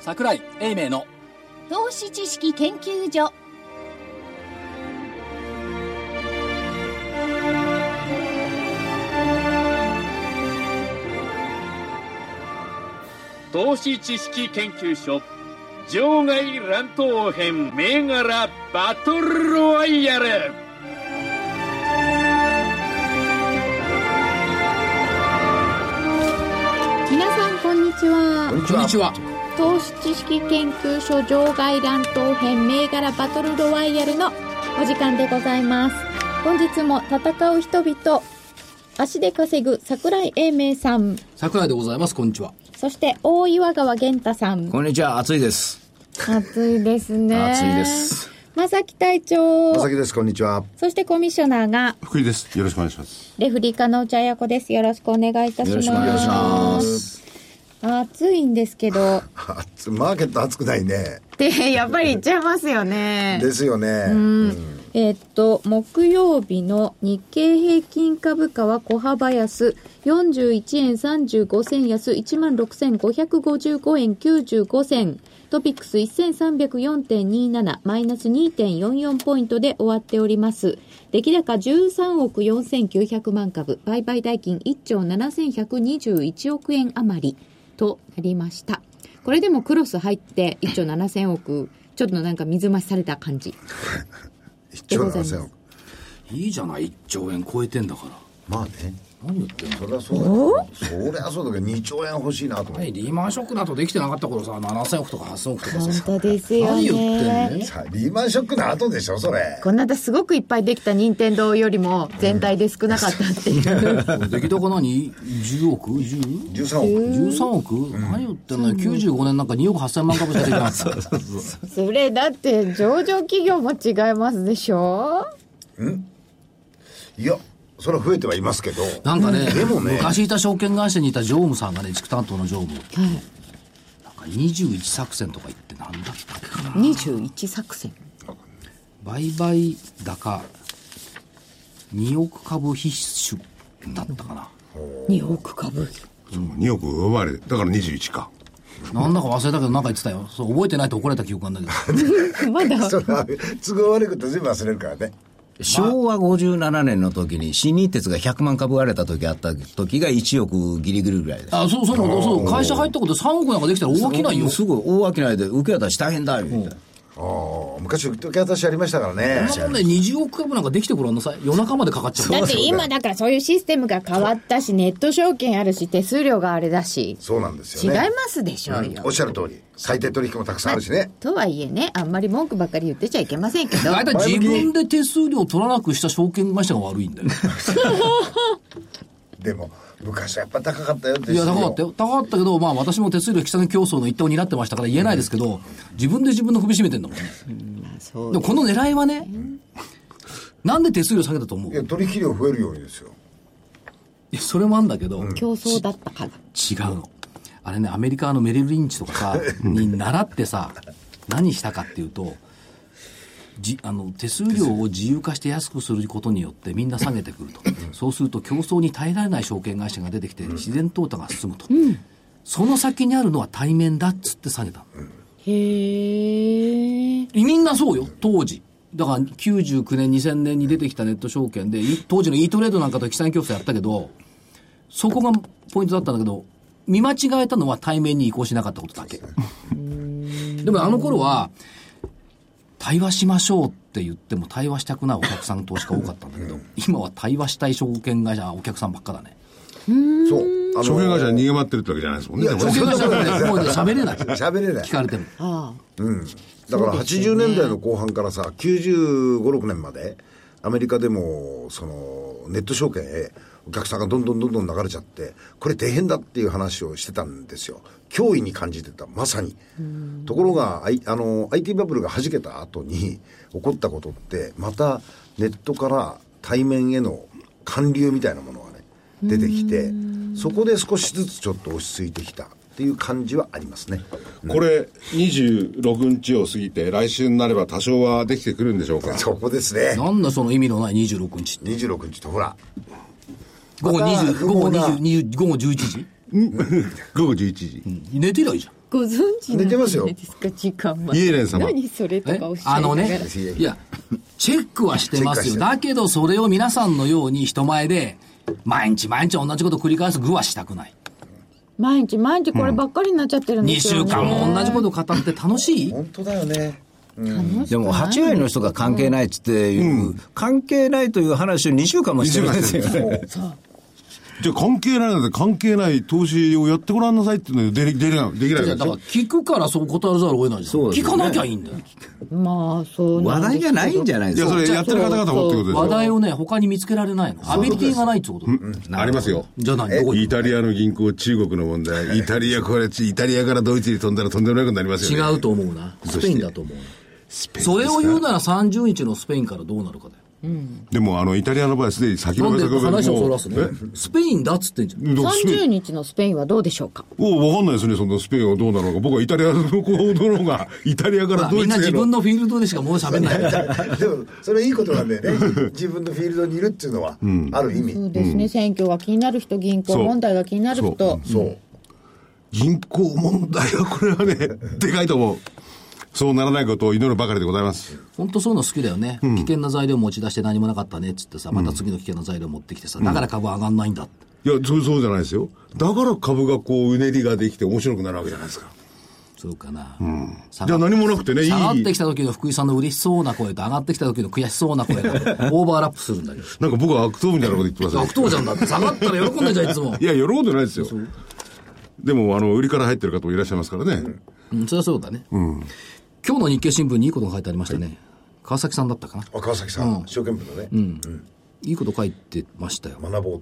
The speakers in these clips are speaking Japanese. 桜井英明の投資知識研究所投資知識研究所場外乱闘編銘柄バトルロワイヤル皆さんこんにちはこんにちは投資知識研究所場外乱闘編銘柄バトルロワイヤルのお時間でございます本日も戦う人々足で稼ぐ桜井英明さん桜井でございます。こんにちは。そして大岩川源太さんこんにちは、暑いです。暑いですね暑いです正木隊長佐々木ですこんにちはそしてコミッショナーが福井です。よろしくお願いします。レフリー課の茶屋子ですよろしくお願いいたしますよろしくお願いします暑いんですけど暑マーケット暑くないねでやっぱり行っちゃいますよねですよね、うんえーっと、木曜日の日経平均株価は小幅安、41円35銭安、16,555円95銭、トピックス1304.27、マイナス2.44ポイントで終わっております。出来高13億4900万株、売買代金1兆7121億円余りとなりました。これでもクロス入って1兆7000億、ちょっとなんか水増しされた感じ。一兆7000億いいじゃない、1兆円超えてんだから。まあね何言ってんのそりゃそうだけどそりゃそうだけど2兆円欲しいなと思っねて、リーマンショックなどできてなかった頃さ、7000億とか8000億と かさ。本当ですよ何言っね。てんのさあリーマンショックの後でしょそれこんなだすごくいっぱいできた任天堂よりも全体で少なかったっていう。出来高何 ?10 億 ?10? 13億13億、何言ってんのよ95年なんか2億8000万株しかできなかった それだって上場企業も違いますでしょいやそれは増えてはいますけどなんかねでもね昔いた証券会社にいた常務さんがね地区担当の常務なんか21作戦とか言ってなんだったっけかな21作戦。売買高2億株必須だったかな、 2億株。 2億奪われて、だから21か。なんだか忘れたけどなんか言ってたよそう覚えてないと怒られた記憶があるんだけ どまだ それは都合悪くて全部忘れるからね昭和57年の時に新日鉄が100万株割れた時あった時が1億ギリギリぐらいです。あそうそうそうそう会社入ったことで3億なんかできたら大きないよすごい大商いで受け渡し大変だよ、みたいな。ああ昔受け渡しありましたからねそんなもんで20億株なんかできてごらんなさい夜中までかかっちゃうだって今だからそういうシステムが変わったし、ネット証券あるし、手数料があれだし。そうなんです違いよねますでしょうよ。おっしゃる通り最低取引もたくさんあるしね、とはいえね、あんまり文句ばっかり言ってちゃいけませんけ ど。大体自分で手数料取らなくした証券会社が悪いんだよでも昔はやっぱ高かったよっていや高かったよ高かったけどまあ私も手数料引き下げ競争の一端になってましたから言えないですけど、自分で自分の首絞めてんだもんねそうでもこの狙いはね、なんで手数料下げたと思ういや取引量増えるようにですよいやそれもあんだけど、違う競争だったから。の。あれね、アメリカのメリル・リンチとか さ、に習ってさ、何したかっていうと、じあの手数料を自由化して安くすることによってみんな下げてくると、そうすると競争に耐えられない証券会社が出てきて自然淘汰が進むと、その先にあるのは対面だっつって下げた、へえ。みんなそうよ、当時。だから99年、2000年に出てきたネット証券で、い当時の e トレードなんかと機産競争やったけど、そこがポイントだったんだけど、見間違えたのは対面に移行しなかったことだけ。でもあの頃は、対話しましょうって言っても対話したくないお客さん投資家多かったんだけど、今は対話したい証券会社、お客さんばっかだね。そうあの証券会社に逃げ回ってるってわけじゃないですもんね。いやでも証ね券会社だからね、もうね喋れない。喋れない聞かれても。ああ。だから80年代の後半からさ、95、6年まで、アメリカでも、その、ネット証券へお客さんがどんどんどんどん流れちゃって、これ大変だっていう話をしてたんですよ。脅威に感じてた、まさに。ところが、I、あの、IT バブルが弾けた後に起こったことって、またネットから対面への還流みたいなものがね、出てきて、そこで少しずつちょっと落ち着いてきたっていう感じはありますね。これ、26日を過ぎて、来週になれば多少はできてくるんでしょう か。そこですね。なんだその意味のない26日って。 26日とほら、午後また20、午後不毛な20、20午後11時 午後11時。寝てりゃいいじゃん。ご存知なん寝じてゃなますよいですか時間までイエレン様何それとえかおっしゃあいなのがらね、いや、チェックはしてますチェックはしよ。てるだけど、それを皆さんのように人前で、毎日毎日同じこと繰り返す具はしたくない。毎日毎日こればっかりになっちゃってるん2ですよ、週ね、間も同じこと語って楽しい本当だよねでも8割の人が関係ないっつっていう、関係ないという話を2週間もしてるんですよね。じゃあ関係ないので関係ない投資をやってごらんなさいっていうのでできできないできないいわけやだでしからょ聞くからそう断らざるを得ないですよそうです聞よねかなきゃいいんだよ。まあそう 話なんで題すじゃないんじゃないいですやかそ。れやってる方々もってことでし話ょ題をね、他に見つけられないの。アビリティがないってこと。ありますよじゃあ何どこイにタリアの銀行中国の問題イタリアこれイタリアからドイツに飛んだらとんでもないことになりますよね違うと思うな。スペインだと思うな。それを言うなら30日のスペインからどうなるかだよ。でもあのイタリアの場合はすでに先なほんどで先ほど話をそもらうすのスペインだっつってんじゃん。えどうスペイ30ン日のスペインはどうでしょうかおわかんないですねそのスペインはどうなのか僕はイタリアの行動の方がイタリア かまらあドみイんなツへ自分ののフィールドでしかもう喋んない みたいな。 でもそれいいことなんだよね自分のフィールドにいるっていうのは、ある意味そうですね、選挙が気になる人銀行そう問題が気になる人そう銀行問題はこれはね でかいと思うそうならないことを祈るばかりでございます本当そういうの好きだよね。危険な材料持ち出して何もなかったねっつってさ、また次の危険な材料持ってきてさ、だから株上がんないんだ。いやそうそうじゃないですよだから株がこううねりができて面白くなるわけじゃないですかそうかな。じゃあ何もなくてねいい下がってなきた時の福井さんの嬉しそうな声と上がってきた時の悔しそうな声がオーバーラップするんだけど。んか僕は悪党みたいなこと言ってますね悪党じゃんだって下がったら喜んでじゃんいつもい。や、喜んでないですよ。でも、あの、売りから入ってる方もいらっしゃいますからね。うん、それはそうだね。今日の日経新聞にいいことが書いてありましたね。川崎さんだったかな。あ川崎さん、証券部のね、いいこと書いてましたよ。学ぼう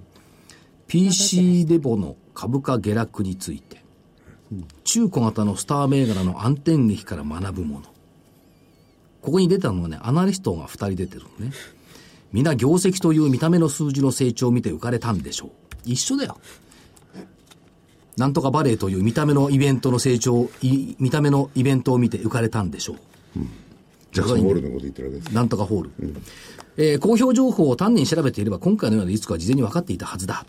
PC デボの株価下落について、中古型のスター銘柄の暗転劇から学ぶもの。ここに出たのはね、アナリストが2人出てるのね。皆業績という見た目の数字の成長を見て浮かれたんでしょう。一緒だよ。なんとかバレーという見た目のイベントの成長を、い見た目のイベントを見て浮かれたんでしょう。ジャクソン・ホールのこと言ってるわけです。なんとかホール、えー公表情報を丹念に調べていれば今回のようなリスクは事前に分かっていたはずだ、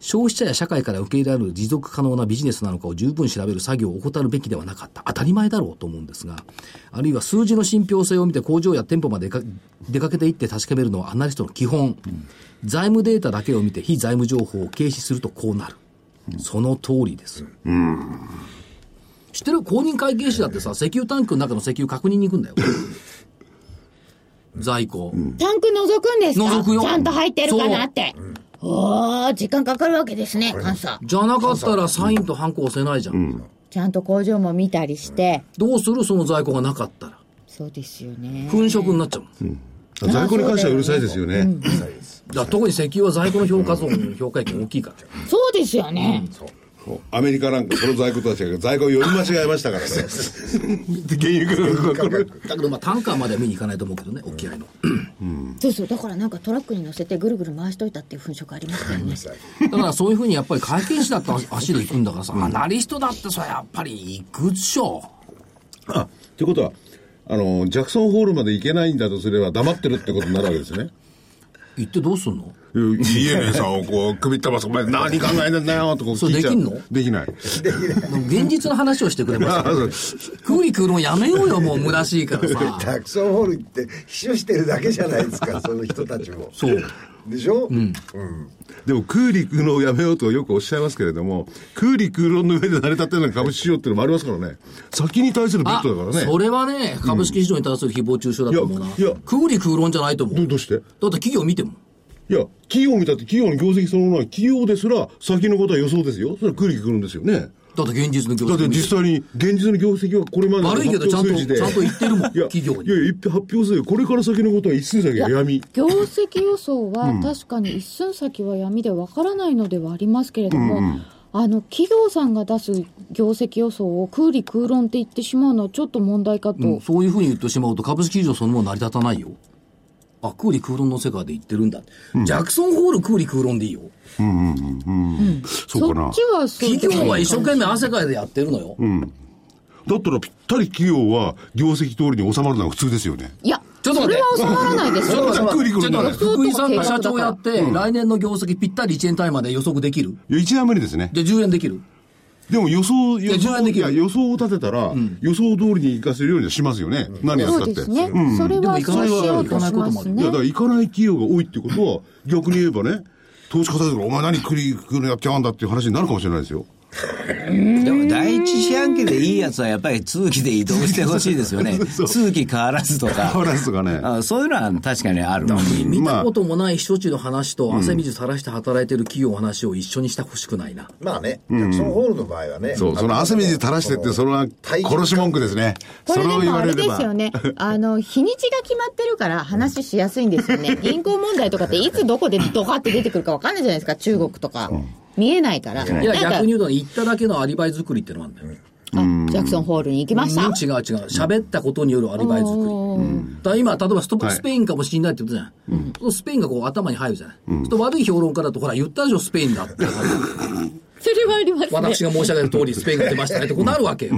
消費者や社会から受け入れられる持続可能なビジネスなのかを十分調べる作業を怠るべきではなかった当たり前だろうと思うんですがあるいは数字の信憑性を見て工場や店舗まで出か出かけていって確かめるのはアナリストの基本、財務データだけを見て非財務情報を軽視するとこうなる、その通りです、知ってる公認会計士だってさ石油タンクの中の石油確認に行くんだよ在庫、タンク覗くんですか覗くよちゃんと入ってるかなって。おー、時間かかるわけですね、監査。じゃなかったらサインとハンコ押せないじゃん。ちゃんと工場も見たりして。どうするその在庫がなかったら。そうですよね。粉飾になっちゃうもん。在庫に関してはうるさいですよね。だから特に石油は在庫の評価損、評価益大きいから。そうですよね。そうアメリカなんかその在庫とは違うけど、在庫を読み間違えましたからね。で原油価格がこれ。だけどまあ単価までは見に行かないと思うけどね、沖合の。そうそう。だからなんかトラックに乗せてぐるぐる回しといたっていう粉飾ありますからね。だからそういうふうにやっぱり会見士だったら足で行くんだからさ、アナリストだってそれやっぱり行くでしょ。あ、ということは、あの、ジャクソン・ホールまで行けないんだとすれば黙ってるってことになるわけですね。行ってどうすんのイエレンさんをこう、首飛ばす、お前何考えてんだよとこう聞いちゃそう。れできんのできない。でも現実の話をしてくれますあよ。そう空理空論やめようよ、もう虚しいからさ。たくさんホール行って秘書してるだけじゃないですかその人たちもそうでしょ、うんでも空陸のをやめようとよくおっしゃいますけれども、空陸論の上で成り立ってるのが株式市場っていうのもありますからね。先に対するベッあトだからね。それはね、株式市場に対する誹謗中傷だと思うな。いやいや空理空論じゃないと思う。どどうしてだって企業見ても。いや、企業を見たって企業の業績そのものは企業ですら先のことは予想ですよ。それは空陸論ですよね。だって現実の業だって績見て実際に現実の業績はこれまでの悪いけど発表数字でちゃんとちゃんと言ってるもんいや企業にいやいや、発表数字これから先のことは一数だけが闇。業績予想は確かに一寸先は闇でわからないのではありますけれども、あの企業さんが出す業績予想を空理空論って言ってしまうのはちょっと問題かと、うんそういうふうに言ってしまうと株式市場そのもの成り立たないよ。あ、空理空論の世界で言ってるんだ。ジャクソンホール空理空論でいいよ。そうかそなっ。ちはそう企業は一生懸命汗かいてやってるのよ。だったらぴったり企業は業績通りに収まるのが普通ですよね。いやちょっとそ待っれては収まらないですよじゃあ空陸論だから。そう福井さんが社長やって、来年の業績ぴったり1円単位まで予測できるいや、一番無理ですね。で、10円できるでも予想、予や順想番できいるや予想を立てたら、予想通りに行かせるようにはしますよね。何やったそうって。ですね。うんそれでもは行かそなういしようとし行かないこまともあするいや、ねだ。から行かない企業が多いってことは、逆に言えばね、投資家たちから、お前何クリックのやっちゃうんだっていう話になるかもしれないですよ。でも第一四半期でいいやつはやっぱり通期で移動してほしいですよね。そう通期変わらずとか。 変わらずとかねあそういうのは確かにある。見またあこともない避暑地の話と、汗水垂らして働いてる企業の話を一緒にしてほしくないな。まあね、ジャクソンホールの場合はね。そう、その汗水垂らしてって、それは殺し文句ですね。こそれれをで言もあわれれでれすよば。ね。 あの、日にちが決まってるから話しやすいんですよ ね。銀行問題とかっていつどこでドカって出てくるかわかんないじゃないですか、中国とか。見えないから。いや、なんか逆に言うと、行っただけのアリバイ作りってのがあるんだよね。あジャクソンホールに行きました。違う違う。喋ったことによるアリバイ作り。だから今、例えばストはいスペインかもしれないってことじゃない、そうスペインがこう頭に入るじゃない、ちょっと悪い評論家だと、ほら、言ったでしょ、スペインだって。それはありますね。私が申し上げる通り、スペインが出ましたねってことあるわけよ。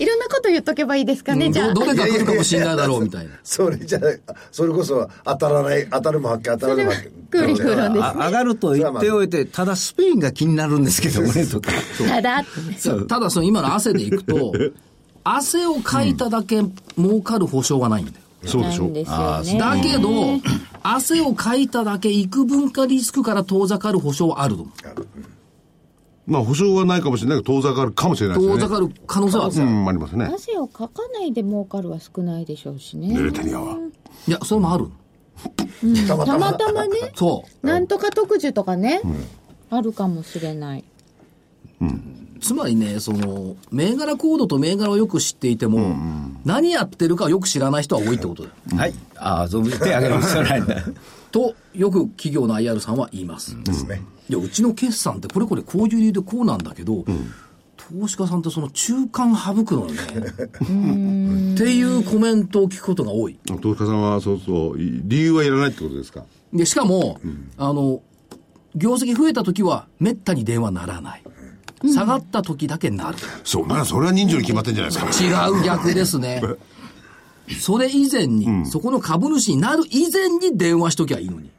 いろんなこと言っとけばいいですかね、じゃあど。どれか来るかもしれないだろうみたいな。 それじゃない、それこそ当たらない、当たるも発見、当たらないも発見。クーリクーロンですあ上がると言っておいて、ただスペインが気になるんですけどね、とか。ただ、ただ、その今の汗でいくと、汗をかいただけ儲かる保証はないんだよ。そうでなしょん。ですよね。だけど、汗をかいただけ幾分かリスクから遠ざかる保証はあると思う。まあ、保証はないかもしれないけど、遠ざかるかもしれないですね。遠ざかる可能性はある。うん、ありますね。汗をかかないで儲かるは少ないでしょうしネね。ルテニアは。いや、それもある。たまたたまま。たまね、そなんとか特需とかね、あるかもしれない。う。つまりね、その、銘柄コードと銘柄をよく知っていても、何やってるかをよく知らない人は多いってことだよ。はい。ああ、そう、手挙げる必要ないんだ。と、よく企業の IR さんは言います。ですね。いや、うちの決算ってこれこれこういう理由でこうなんだけど、投資家さんってその中間省くのよね。 っていうコメントを聞くことが多い。投資家さんは、そうそう、い理由はいらないってことですか。で、しかも、あの、業績増えた時は、めったに電話ならない。下がった時だけなる。そう、まだそれは人情に決まってんじゃないですか。 違う逆ですね。それ以前に、そこの株主になる以前に電話しときゃいいのに。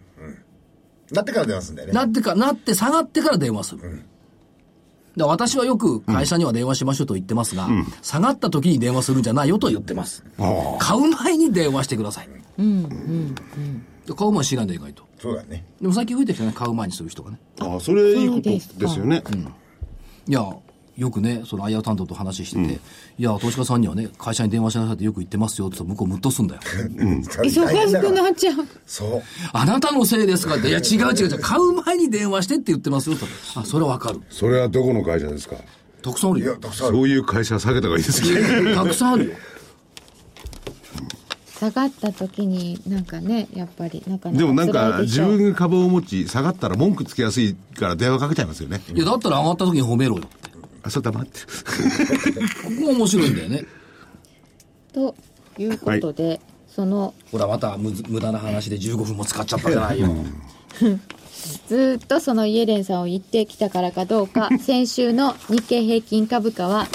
なってから出ますんでね。なってか、なって下がってから電話する。だから私はよく会社には電話しましょうと言ってますが、下がった時に電話するんじゃないよと言ってます。あ買う前に電話してください。で買う前に知らんで意外と。そうだね。でも最近増えてきたね、買う前にする人がね。ああ、それいいことですよね。いや、よくね、その IR 担当と話してて、いや、投資家さんにはね、会社に電話しなさいってよく言ってますよって言ったら向こうムッとすんだよ。大変だ忙しかくらなっちゃう。そう。あなたのせいですかって、いや、違う違う違う、買う前に電話してって言ってますよ って言ったらあ、それはわかる。それはどこの会社ですかたくさんあるいや、よ。たくさんある。そういう会社は避けた方がいいです ね。たくさんあるよ。下がった時になんかね、やっぱり、なかなかでもなん辛か、いでし自ょう分が株を持ち、下がったら文句つけやすいから電話かけちゃいますよね。いや、だったら上がった時に褒めろよって。こあ、それ黙って。こが面白いんだよね。ということで、そのほら、またむず無駄な話で15分も使っちゃったじゃないよ。ずっとそのイエレンさんを言ってきたからかどう か先週の日経平均株価は、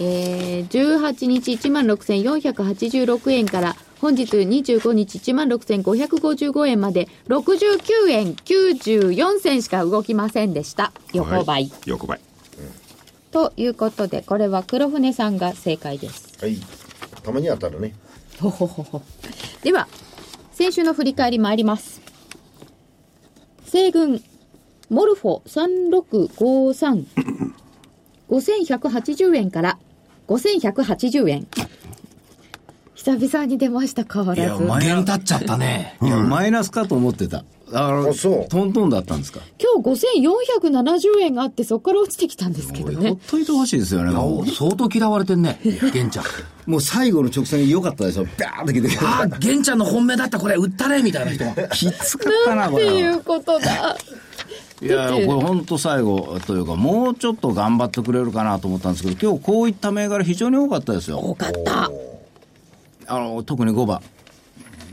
えー、18日1万6486円から本日25日1万6555円まで69円94銭しか動きませんでした横ばい、はい。横ばい。ということでこれは黒船さんが正解ですはい。たまに当たるね。ほほほほでは先週の振り返り参ります西軍モルフォ36535180円から5180円久々に出ました変わらず今マイ弦ナ立っちゃったね。いやマイナスかと思ってた。あのあそうトントンだったんですか。日5470円があってそこから落ちてきたんですけどほっねといてほしいですよね。もお相当嫌われてんね、玄 ちゃん。うもう最後の直線良かったでしょ。ビャーって来てくれああ、玄ちゃんの本命だった、これ、売ったれみたいな人が。きつかったな、っこていれは。うことだいや、これ本当最後というか、もうちょっと頑張ってくれるかなと思ったんですけど、今日こういった銘柄非常に多かったですよ。多かったあの、特に5番。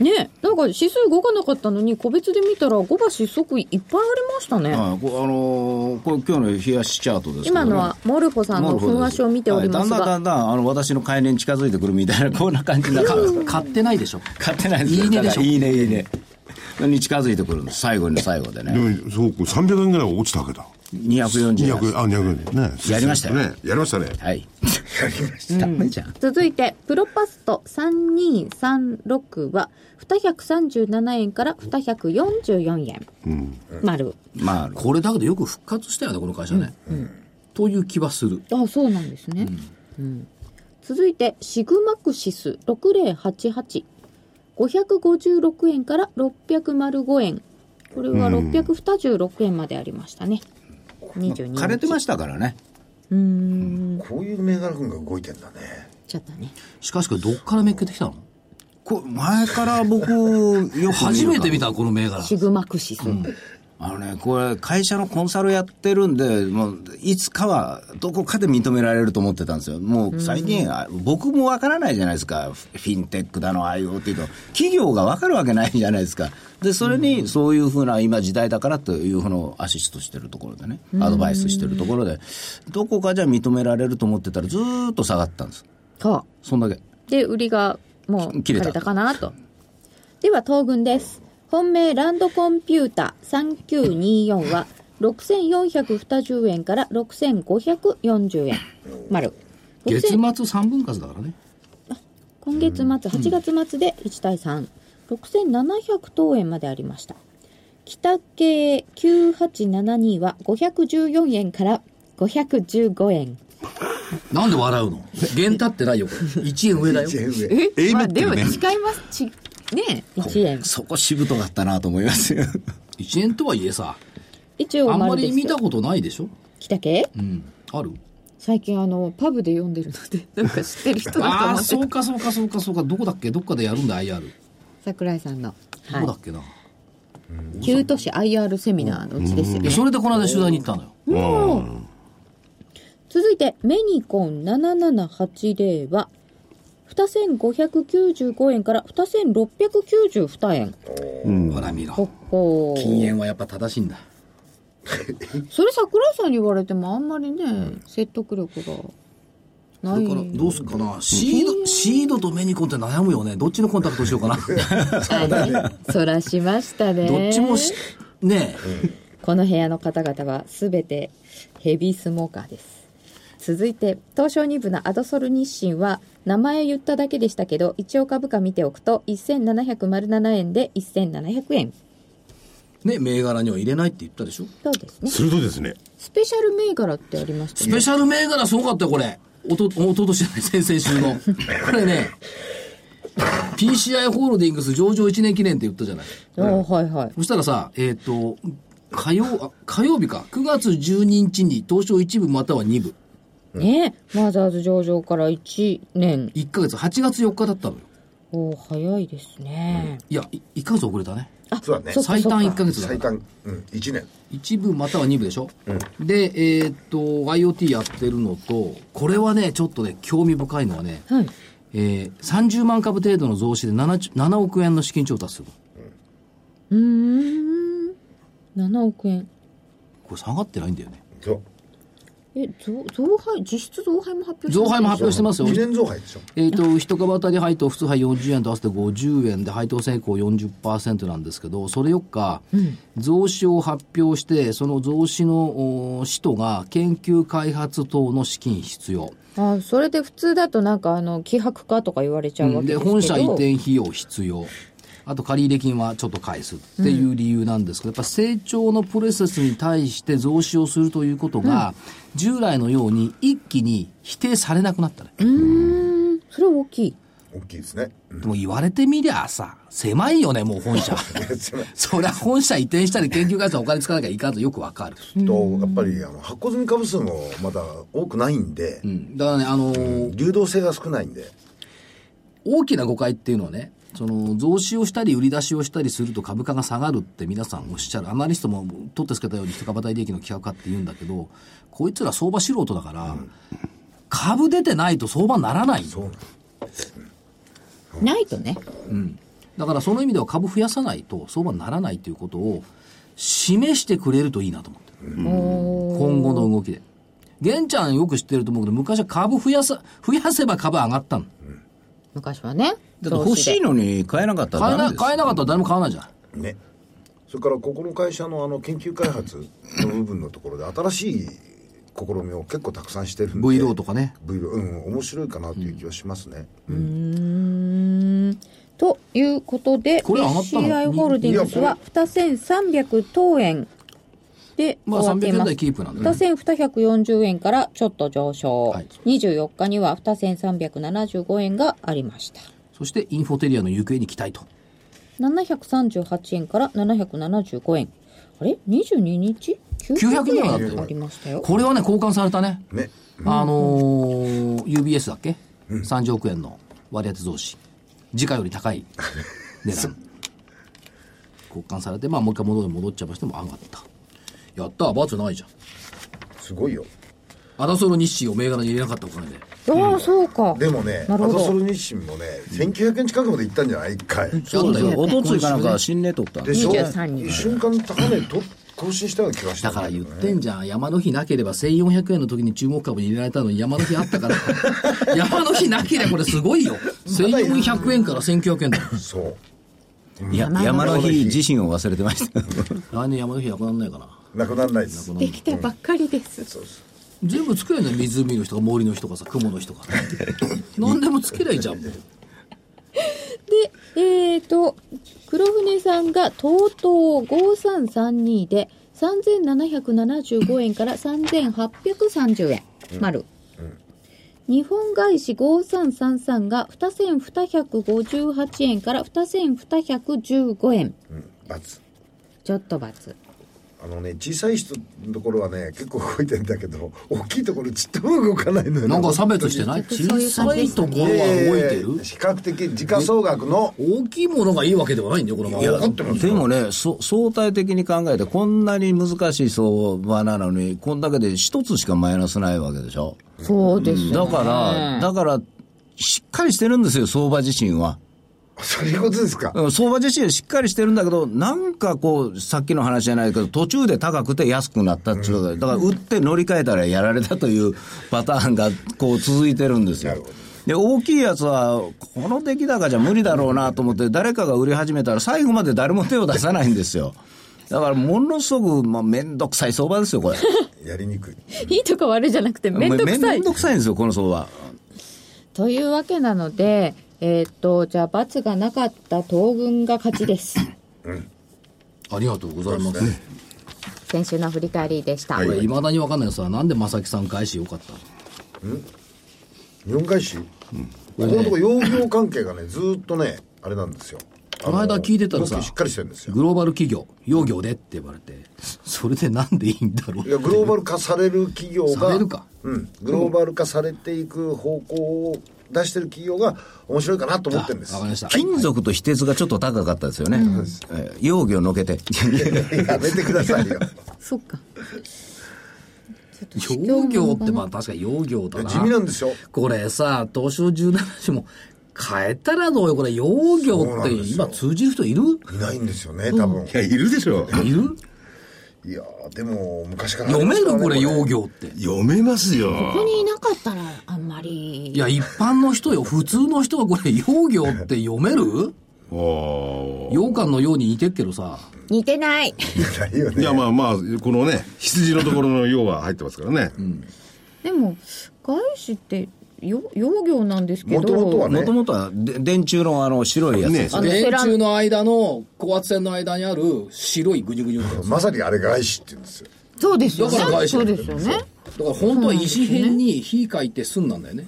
ねえなんか指数動かなかったのに個別で見たら5馬失速いっぱいありましたねはい、こあのーこれ今日の冷やしチャートですけど、今ね、のはモルフォさんのモルフォです粉足を見ておりますはいがだんだんだんだんあの私の会年近づいてくるみたいなこんな感じになってます買ってないでしょ。買ってないですよいいねでしょただいいねいいねに近づいてくるんです最後の最後ででねも、そう、これ300円ぐらいは落ちたわけだ。 240円。 200、あ、200円ね。やりましたよね。やりましたね。はい。 やりました。ダメじゃん。続いて、プロパスト3236は、237円から244円。丸。まあ、これだけどよく復活したよね、この会社ね。という気はする。あ、そうなんですね。うん続いて、シグマクシス6088。556円から605円。これは626円までありましたね。22枯れてましたからね。うーん、こういう銘柄群が動いてんだね。ちゃったね。しかしこれどっからめっけてきたのこ前から僕、よく見る初めて見た、この銘柄。シグマクシス。あのね、これ、会社のコンサルやってるんで、もう、いつかは、どこかで認められると思ってたんですよ。もう、最近、あ僕もわからないじゃないですか。フィンテックだの、IoT だの。企業がわかるわけないじゃないですか。で、それに、そういうふうな、今時代だからというふうのアシストしてるところでね、アドバイスしてるところで、どこかじゃ認められると思ってたら、ずーっと下がったんです。と。そんだけ。で、売りがもう切切れれたたかなと。では、東軍です。本命ランドコンピュータ3924は、6420円から6540円。丸。月末6000 3分割だからね。今月末、8月末で1対3。6700等円までありました。北系9872は514円から515円。なんで笑うの原立ってないよ、これ。1円 上だよ。えまあでも違います。ち、ねえ1円。そこしぶとかったなと思いますよ。 1円とはいえさ、一応あんま丸でりす。見たことないでしょ北系うん。ある最近あの、パブで読んでるの で、なんか知ってる人だとああ、思ってそうかそうかそうかそうか。どこだっけどっかでやるんだ、IR。桜井さんの。どこだっけな。旧都市 IR セミナーのうちですよいやね。それでこの間取材に行ったのよ。続いて、メニコン7780は、2595円から2692円。ほら見ろ。ほっほー禁煙はやっぱ正しいんだ。それ桜井さんに言われてもあんまりね、説得力がなだい。からどうすっかな。シード、シードとメニコンって悩むよね。どっちのコンタクトしようかな。 そらしましたね。どっちもし、ねこの部屋の方々は全てヘビースモーカーです。続いて、東証2部のアドソル日清は、名前言っただけでしたけど、一応株価見ておくと、1707円で1700円。え。ね、銘柄には入れないって言ったでしょ。そうですね。鋭いですね。スペシャル銘柄ってありましたスペね。シャル銘柄すごかったよ、これ。おと、おととしじゃない、先々週の。 これね、PCI ホールディングス上場1年記念って言ったじゃない。ああ、はいはい。そしたらさ、えっ、と、火曜、あ火曜日か。9月12日に東証1部または2部。ねえマザーズ上場から1年。 1ヶ月、8月4日だったのよ。おお、早いですね。いや、い1ヶ月遅れたね。そうだね。そっか最短1ヶ月だか最ら。短、うん、1年。 1部または2部でしょ、で、えっ、と、IoT やってるのと、これはね、ちょっとね、興味深いのはね、はい。えー、30万株程度の増資で 7, 7億円の資金調達する。うーん。7億円。これ下がってないんだよね。そう。え、増、増配、実質増配も発表して増配も発表してますよ2。年増配でしょ。えっ、と、一株当たり配当、普通配40円と合わせて50円で配当成功40%なんですけど、それよっか、増資を発表して、その増資のお使途が研究開発等の資金必要。あそれで普通だとなんかあの希薄かとか言われちゃうわけでですけど、本社移転費用必要あと借入金はちょっと返すっていう理由なんですけど、やっぱ成長のプロセスに対して増資をするということが、従来のように一気に否定されなくなったね、うんそれは大きい大きいですね。でも言われてみりゃさ狭いよねもう本 社そりゃ本社移転したり研究開発はお金使わなきゃいかんとよくわかる、と、やっぱり、あの、発行済み株数もまだ多くないんでう、ん、だからねあのー流動性が少ないんで。大きな誤解っていうのはね、その増資をしたり売り出しをしたりすると株価が下がるって皆さんおっしゃる。アナリストも取ってつけたように一株当たり利益の企画家って言うんだけど、こいつら相場素人だから、株出てないと相場にならない。ないとね。だからその意味では株増やさないと相場にならないということを示してくれるといいなと思ってる。今後の動きで。玄ちゃんよく知ってると思うけど、昔は株増やさ、増やせば株上がったの。昔はね。だって欲しいのに買えなかったら買えダメなです。買えなかったら誰も買わないじゃん。ね。それからここの会社のあの研究開発の部分のところで新しい試みを結構たくさんしてるんで V ローとかね V ローうん面白いかなという気はしますね、ということで、これ上がったの BCI ホールディングスは2300等円でまあ終わってい300円ま台す。キープなんで、ね、 2240円からちょっと上昇。はい24日には2375円がありました。そしてインフォテリアの行方に期待と738円から775円。あれ ?22 日900 900円だって円ありましたよ。これはね交換されたねねあのー UBS だっけ、30億円の割当増資時価より高 い値段交換されてまあもう一回戻戻っちゃいましても上がったやったーバツないじゃんすごいよアダソロ日清を銘柄に入れなかったお金でああ、そうか。でもねなアるほドどソル日清もね1900円近くまで行ったんじゃない一回そうだよ。おとついかなんか新値取ったんでしょ23人一瞬間高値と更新したような気がしただんからけ言どっねてんじゃん山の日なければ1400円の時に注目株に入れられたのに山の日あったから山の日なければこれすごいよ1400円から1900円だよそういや、山の日自身を忘れてました。来年山の日なくなんないかななくならないですできたばっかりです。全部つけるのよ湖の人が森の人がさ雲の人がさ何でもつけりゃいいじゃんもうで、えーと、黒船さんがとうとう5332で3775円から3830円、丸。日本外資5333が2258円から2215円。うん罰ちょっと罰。あのね小さい人のところはね結構動いてんだけど大きいところちっとも動かないのよなんか差別してない結局そうい小う感さいとじでしたねころは動いてえーる比較的時価総額の大きいものがいいわけではないんだよこのま までもね、そ相対的に考えて、こんなに難しい相場なのに、こんだけで一つしかマイナスないわけでしょ。そうですね。だから、だから、しっかりしてるんですよ、相場自身は。そういうことですかうん相場自身はしっかりしてるんだけど、なんかこう、さっきの話じゃないけど、途中で高くて安くなったっていうだから、売って乗り換えたらやられたというパターンが、こう、続いてるんですよ。で、大きいやつは、この出来高じゃ無理だろうなと思って、誰かが売り始めたら、最後まで誰も手を出さないんですよ。だから、ものすごく、まあ、めんどくさい相場です よ、これ。やりにくいいいとか悪いじゃなくて、めんどくさめいん。どくさいんですよ、この相場。というわけなので、えーっと、じゃあ罰がなかった東軍が勝ち です。ありがとうございます先週の振り返りでした。これいまだに分かんないのさなんで正木さん返しよかったの日本外資、ここのところ養業関係がねずーっとねあれなんですよこの間聞いてたららさしっかりしてるんですよグローバル企業養業でって言われてそれでなんでいいんだろういやグローバル化される企業がされるかうん、グローバル化されていく方向を出してる企業が面白いかなと思ってるんですわかりました 金属と非鉄がちょっと高かったですよね。えー容疑をのけ て。やめてくださいよそっか。養業ってまあ確かに養業 だな地味なんですよこれさ東証17市も変えたらどうよこれ養業そうっなてんです今よ通じる人いるいないんですよね多分、いや、いるでしょ。いるいやーでも昔からあり読まめすからるねこれ養業って読めますよ。ここにいなかったらあんまりい。や一般の人よ普通の人はこれ養業って読めるお羊羹のように似てっけどさ似てない。ないよいねや、まあまあ、このね、羊のところの要は入ってますからね。でも、外資って、よ、養業なんですけど。もともとはねもともとはで電柱のあの白いやつですあの円柱の間の高圧線の間にある白いグニュグニュってやつまさにあれ外資って言うんですよそうですよね。だから外資そうですよね。だから本当は石片に火書いて済んだんだよね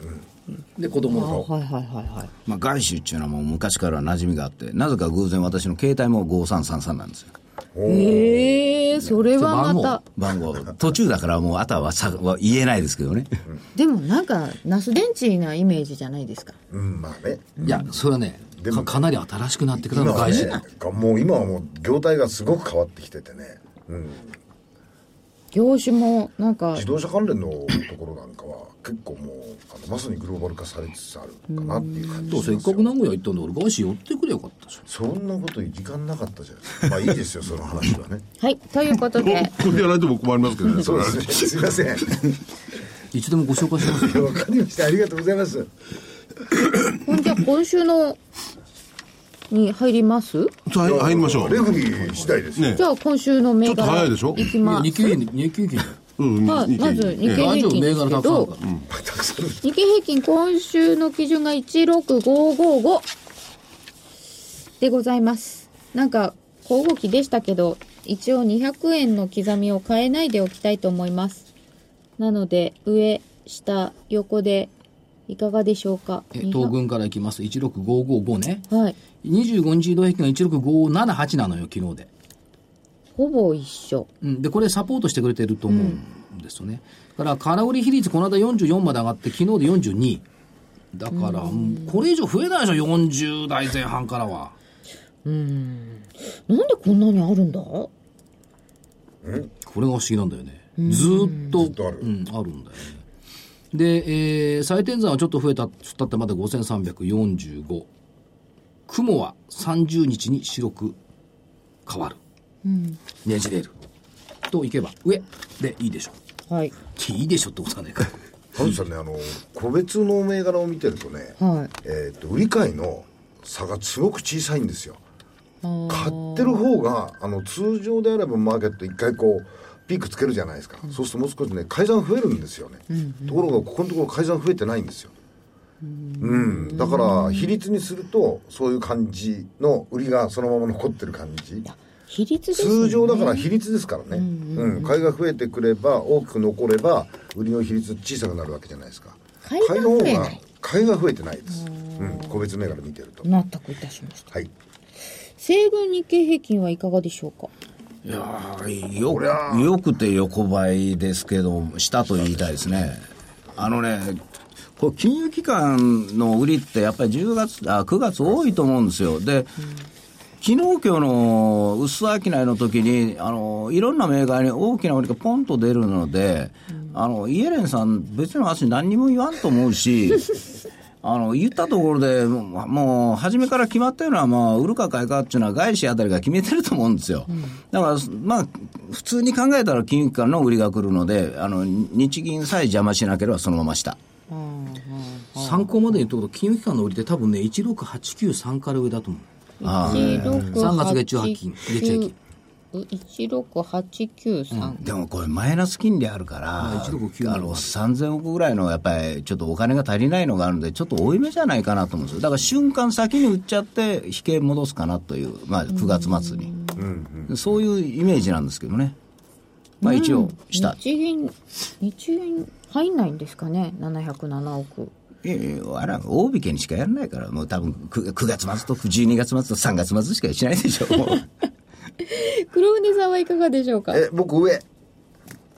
で子供の頃はいはいはいはい。まあ、外資っていうのはもう昔から馴染みがあって、なぜか偶然私の携帯も5333なんですよ。ええそれはまた。番号。途中だからもうあとはさは言えないですけどね。でもなんか、ナス電池なイメージじゃないですか。うんまあねいやそれはねでもかかなり新しくなってくる今のは外資ねもう今はもう業態がすごく変わってきててね、うん、業種も、なんか自、動車関連のところなんかは結構もうあのまさにグローバル化されつつあるかなっていう感じどうしせっますかよく名古屋行ったんだから外資寄ってくれよかったじゃんそんなこと時間なかったじゃないですかまあいいですよその話はねはい、ということ で、これやられても困りますけど ね。そうですねすいませんいつでもご紹介しますよわかりましたありがとうございますほんじゃ今週のに入りますさあ入入りましょう。レフリー次第ですよねじゃあ今週の銘ちょっと柄早いいでしょきます日経平均、日経平均。うんまあ日経まず日経ええラジオ銘柄たくさんあるから。たくさん日経平均今週の基準が16555でございますなんか交互期でしたけど一応200円の刻みを変えないでおきたいと思いますなので上下横でいかがでしょうかえ200東軍からいきます。16555ね。はい25日移動平均が16578なのよ、昨日で。ほぼ一緒うん、でこれサポートしてくれてると思うんですよね、だから空売り比率この間44まで上がって昨日で42だからうんこれ以上増えないでしょ40代前半からはなんでこんなにあるんだこれが不思議なんだよねずーっととあるうん、あるんだよねで、えー、最天山はちょっと増えたつったってまだ5345雲は30日に白く変わる、ねじれるといけば上でいいでしょはいいいでしょってことはねえか田口さんねあの個別の銘柄を見てるとね、はいえー、と売り買いの差がすごく小さいんですよ買ってる方があの通常であればマーケット一回こうピークつけるじゃないですか、そうするともう少しね改ざん増えるんですよね、ところがここのところ改ざん増えてないんですようん、だから比率にするとそういう感じの売りがそのまま残ってる感じ比率ですね通常だから比率ですからね、うん、買いが増えてくれば大きく残れば売りの比率小さくなるわけじゃないですか買いが増えない買いの方が買いが増えてないです、うん、個別銘柄見てると納得いたしましたはい西軍日経平均はいかがでしょうかいやーよよくて横ばいですけど、下と言いたいですね。あのね、こう金融機関の売りって、やっぱり10月あ、9月多いと思うんですよ。で、昨日今日の薄商いの時にあのいろんな銘柄に大きな売りがポンと出るので、あのイエレンさん別に私何にも言わんと思うしあの言ったところでもうもう初めから決まったような、まあ、売るか買いかっていうのは外資あたりが決めてると思うんですよ、だからまあ普通に考えたら金融機関の売りが来るのであの日銀さえ邪魔しなければそのまました参考までに言うと金融機関の売りって多分ね16893から上だと思うあー3月月中発金月中平均16893でもこれマイナス金利あるから、あの3000億ぐらいのやっぱりちょっとお金が足りないのがあるんで、ちょっと多い目じゃないかなと思うんですよ。だから瞬間先に売っちゃって、引け戻すかなという、まあ9月末に。そういうイメージなんですけどね。まあ一応、した。日銀日銀入んないんですかね707億いやいやあら、大引けにしかやらないから、もう多分 9, 9月末と12月末と3月末しかしないでしょ。もう黒船さんはいかがでしょうかえ僕上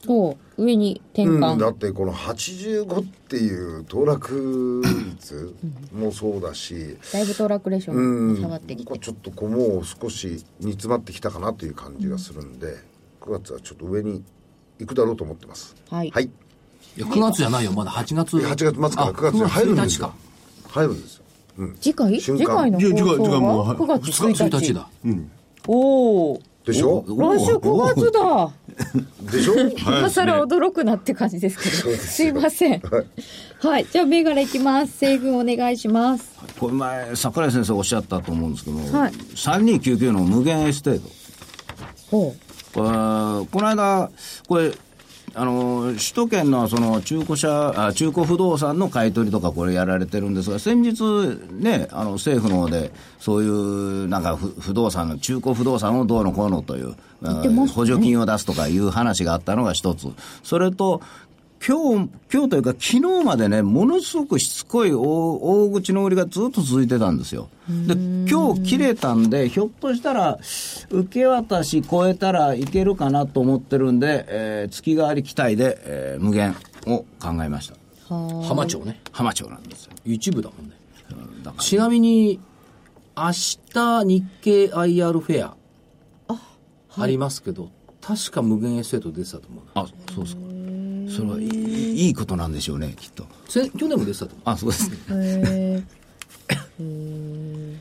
お上に転うん、だ換、ってこの85っていう騰落率もそうだし、だいぶトラクレーショうンん、が下がってきて、こうちょっとこうもう少し煮詰まってきたかなという感じがするんで、9月はちょっと上に行くだろうと思ってます。はいはい。いや9月じゃないよまだ8月8月末から9月に入るんですあ9よ。入るんですよ。うん。次回瞬次間回のいや放次回次回送もうははい9月1日 1, 1日日だおおでしょ来週5月だでしょ今更驚くなって感じですけど、すいませんはいじゃあ銘柄いきます西軍お願いします これ前、桜井先生おっしゃったと思うんですけども、はい3299の無限エステート。おうこれこの間、これ、あの首都圏のその中古車あ、中古不動産の買い取りとか、これやられてるんですが、先日ね、あの政府の方で、そういうなんか不不動産の、中古不動産をどうのこうのという、あ補助金を出すとかいう話があったのが一つ、それと、今日、今日というか昨日までね、ものすごくしつこい大大口の売りがずっと続いてたんですよ。で、今日切れたんで、ひょっとしたら、受け渡し超えたらいけるかなと思ってるんで、えー月替わり期待で、えー無限を考えました。浜町ね浜町なんですよ。一部だもんねうんだかちなみに明日日経 IR フェアあ,、りますけど確か無限エステート出てたと思うならあ、そうですか。それはいいいいことなんでしょうね、きっと。せ去年も出てたと思うあ、そうですね。 えー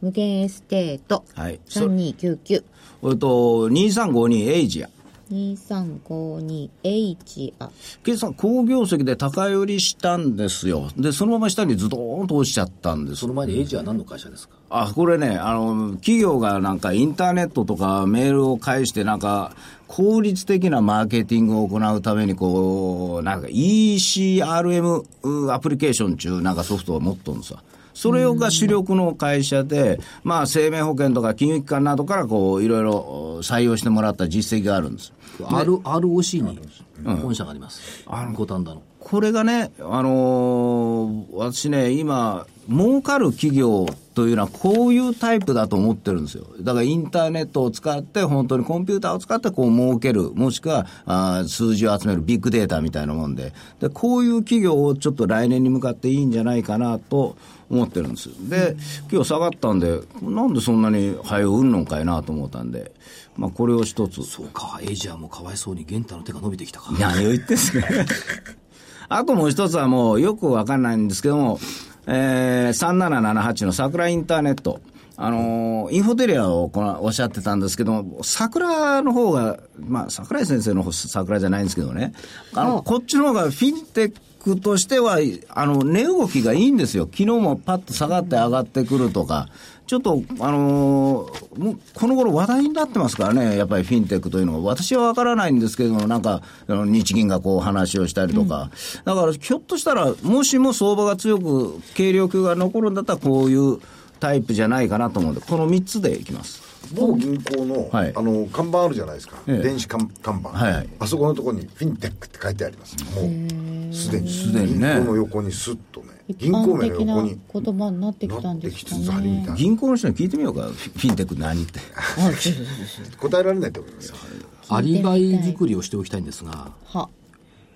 無限エステートはい。それ3299それと、2352エイジア。 2352H あ決算、好業績で高寄りしたんですよ。で、そのまま下にズドーンと落ちちゃったんですその。前にエイジは何の会社ですかあ、これね、あの、企業がなんかインターネットとかメールを介してなんか、効率的なマーケティングを行うために、こう、なんか ECRM うアプリケーション中なんかソフトを持っとるんですわ。それが主力の会社で、まあ生命保険とか金融機関などからこう、いろいろ採用してもらった実績があるんです。 R- ROC に本社があります五反田のこれがね、あのー私ね、今、儲かる企業というのは、こういうタイプだと思ってるんですよ。だからインターネットを使って、本当にコンピューターを使って、こう、儲ける、もしくはあー数字を集めるビッグデータみたいなもんでで、こういう企業をちょっと来年に向かっていいんじゃないかなと思ってるんです。で、今日下がったんで、なんでそんなに早う売るのかいなと思ったんで、まあ、これを一つ。そうかエイジはもうかわいそうに源太の手が伸びてきたか何を言ってんすか。あともう一つはもうよくわかんないんですけども、えー、3778の桜インターネット。あのーインフォテリアをこのおっしゃってたんですけども、桜の方が、まあ、桜井先生の方桜じゃないんですけどね、あの、こっちの方がフィンテックとしては、あの、値動きがいいんですよ。昨日もパッと下がって上がってくるとか、ちょっと、あのーもうこの頃話題になってますからね、やっぱりフィンテックというのは、私は分からないんですけれども、なんか、あの日銀がこう話をしたりとか、だからひょっとしたら、もしも相場が強く、軽量級が残るんだったら、こういうタイプじゃないかなと思うんで、この3つでいきます。某銀行の,、はいあの看板あるじゃないですか、ええ電子看看板、はいはいあそこのところにフィンテックって書いてありますもうすでにすでにね銀行の横にスッとね一銀行般名の的横なに言葉になってきたなんってできすつかつあるみねたい銀行の人に聞いてみようか、フィフィンテック何っなて。答えられないと思いますよアリバイ作りをしておきたいんですがは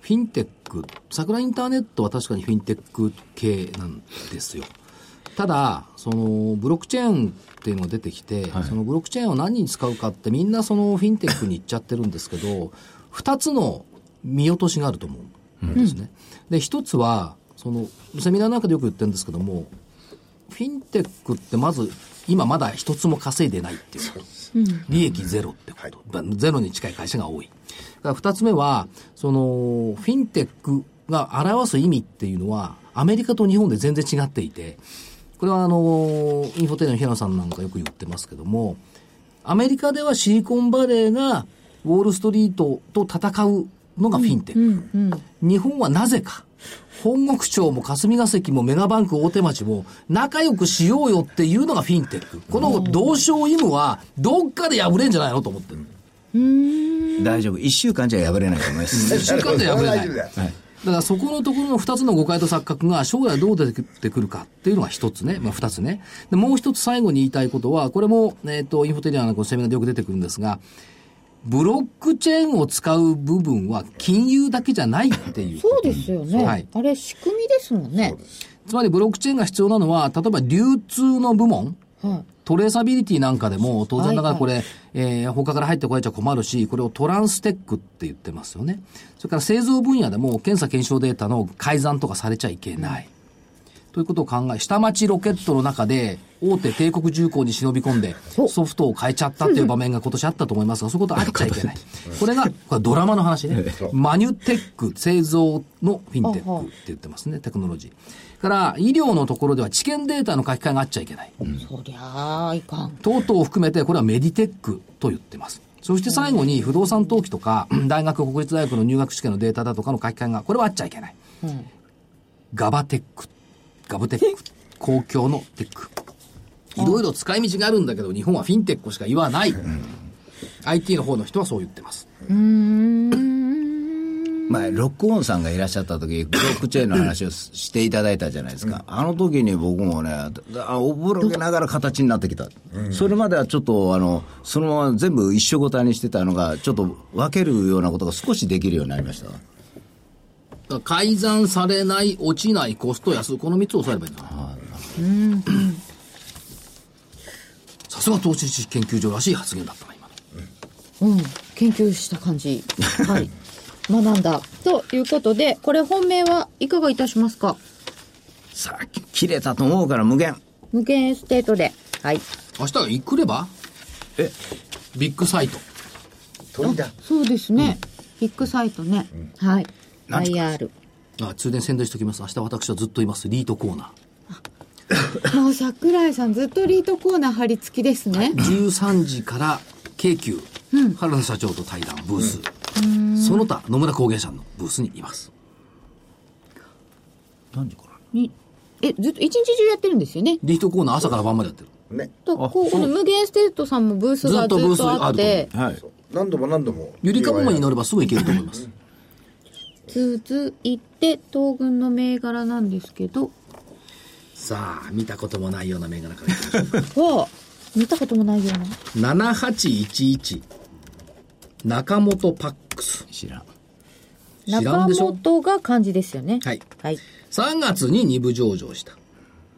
フィンテック、桜インターネットは確かにフィンテック系なんですよ。ただ、そのブロックチェーンっていうのが出てきて、そのブロックチェーンを何に使うかってみんなそのフィンテックに行っちゃってるんですけど、2つの見落としがあると思うんですね。で、1つは、そのセミナーなんかでよく言ってるんですけども、フィンテックってまず今まだ一つも稼いでないっていうこと利益ゼロってこと、ゼロに近い会社が多いだから二つ目はそのフィンテックが表す意味っていうのはアメリカと日本で全然違っていてこれはあのインフォテリアの平野さんなんかよく言ってますけどもアメリカではシリコンバレーがウォールストリートと戦うのがフィンテック、日本はなぜか、本国庁も霞が関もメガバンク大手町も仲良くしようよっていうのがフィンテック。この同床異夢はどっかで破れんじゃないのと思ってる。大丈夫。1週間じゃ破れないと思います。瞬間で破れな大丈夫だよい。だからそこのところの2つの誤解と錯覚が将来どう出てくるかっていうのが1つね、まあ、2つね。でもう1つ最後に言いたいことは、これも、えっ、と、インフォテリアのこのセミナーでよく出てくるんですが、ブロックチェーンを使う部分は金融だけじゃないっていうこと。そうですよね、はいあれ仕組みですもんねつまりブロックチェーンが必要なのは、例えば流通の部門、はトレーサビリティなんかでも、当然ながらこれ、えー他から入ってこられちゃ困るし、これをトランステックって言ってますよね。それから製造分野でも、検査検証データの改ざんとかされちゃいけない。ということを考え、下町ロケットの中で、大手帝国重工に忍び込んで、ソフトを変えちゃったっていう場面が今年あったと思いますが、そういうことあっちゃいけない。これが、これはドラマの話ね。マニュテック、製造のフィンテックって言ってますね、テクノロジー。から、医療のところでは知見データの書き換えがあっちゃいけない。いそりゃあいかん等々を含めて、これはメディテックと言ってます。そして最後に不動産登記とか、大学、国立大学の入学試験のデータだとかの書き換えが、これはあっちゃいけない。ガバテック、ガブテック、公共のテック。いろいろ使い道があるんだけど、日本はフィンテックしか言わない。IT の方の人はそう言ってます。前、ロックオンさんがいらっしゃった時、ブロックチェーンの話をししていただいたじゃないですか。あの時に僕もね、あおぼろげながら形になってきた。それまではちょっと、あの、そのまま全部一緒ごたにしてたのが、ちょっと分けるようなことが少しできるようになりました。だから改ざんされない、落ちない、コスト安、この3つを押さえればいいんだ。さすが投資知識研究所らしい発言だったな、今の。うん研究した感じはい学んだということでこれ本命はいかがいたしますかさあ、き切れたと思うから無限。無限エステートではい明日は行くればえビッグサイト。鳥だ。そうですね。ビッグサイトね。はい。なんて IR。あ通電宣伝しておきます明日私はずっといますリートコーナ もう桜井さんずっとリートコーナー張り付きですね。ー13時から京急、原田社長と対談ブース、その他野村工芸社のブースにいます何時からにえ、ずっと一日中やってるんですよね。リートコーナー朝から晩までやってるね。と、こう、この無限ステートさんもブースずがっとブずーっスとああっると思うて、はい。何度も何度も。ゆりかごまに乗ればすぐ行けると思います続いて、東軍の銘柄なんですけど、 さあ見たこともないような銘柄からいきましょうは、見たこともないような。 7811中本パックス知らん。知らんでしょ中本が漢字ですよね。はいはい。 3月に2部上場した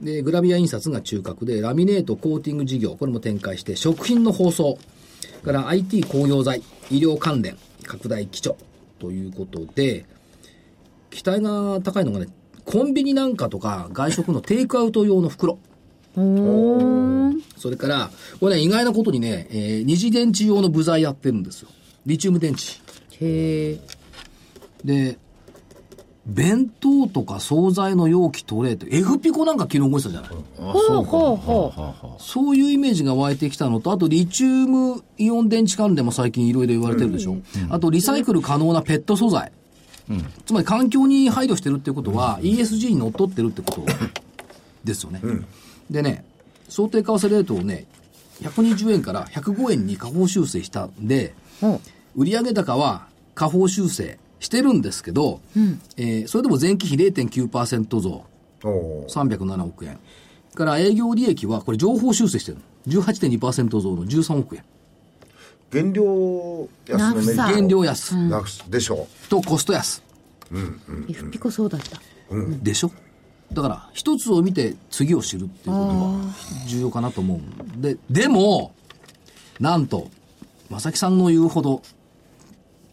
でグラビア印刷が中核でラミネートコーティング事業これも展開して食品の包装から IT 工業材医療関連拡大基調ということで期待が高いのがねコンビニなんかとか外食のテイクアウト用の袋それからこれね意外なことにね、えー二次電池用の部材やってるんですよリチウム電池へえ。で、弁当とか惣菜の容器トレーって、エグピコなんか昨日動いてたじゃない、ほうほうほう。そういうイメージが湧いてきたのと、あとリチウムイオン電池関連も最近いろいろ言われてるでしょ、あとリサイクル可能なペット素材。つまり環境に配慮してるってことは、ESG にのっとってるってことですよね。でね、想定為替レートをね、120円から105円に下方修正したんで、売上高は下方修正してるんですけど、えーそれでも前期比0.9%増、おおー。 307億円。から営業利益は、これ情報修正してるの。18.2%増の13億円。原料安のメリットナフサ減量安ナフサでしょとコスト安。 F ピコそうだった。でしょだから、一つを見て次を知るっていうことは重要かなと思うんで、でも、なんと、正木さんの言うほど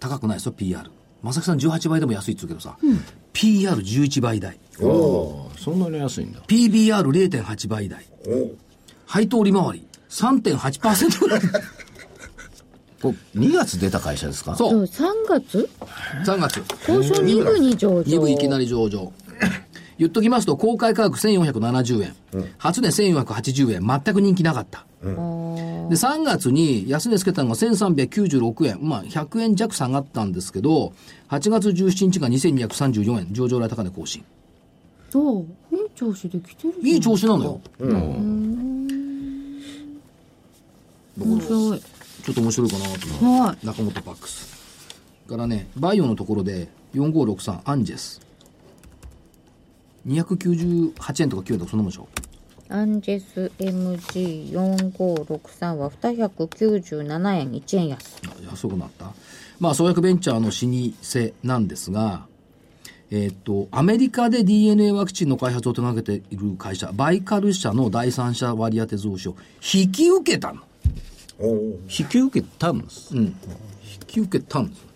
高くないですよ、PR。正木さん18倍でも安いっつうけどさ、PR11 倍台。おおー、そんなに安いんだ。 PBR0.8 倍台。う。おう配当利回り3.8%ぐらい。これ2月出た会社ですかそそうう、 3月3月。東証2部に上場。 2部いきなり上場。言っときますと、公開価格1470円。初値1480円。全く人気なかった。で、3月に安値つけたのが1396円。まあ、100円弱下がったんですけど、8月17日が2234円。上場来高値更新。そう。いい調子できてるいい調子なのよ。面白い。ちょっと面白いかなと思って。はい。中本パックスからねバイオのところで4563アンジェス298円とか9円とかそんなもんでしょアンジェス MG4563 は297円1円安。あ安くなったまあ創薬ベンチャーの老舗なんですがえーっとアメリカで DNA ワクチンの開発を手掛けている会社バイカル社の第三者割当増資を引き受けたのおう引き受けたんです。うん、引き受けたんですよ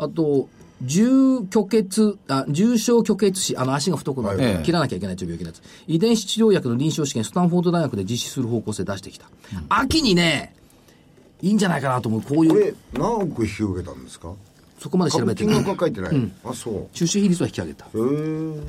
あと重虚血あ重症虚血死あの足が太くなる、はい切らなきゃいけないという病気のやつ遺伝子治療薬の臨床試験スタンフォード大学で実施する方向性出してきた、秋にねいいんじゃないかなと思うこうこいうれ、何億引き受けたんですかそこまで調べて金ない額は書いてない。あ、そう。中止比率は引き上げたへー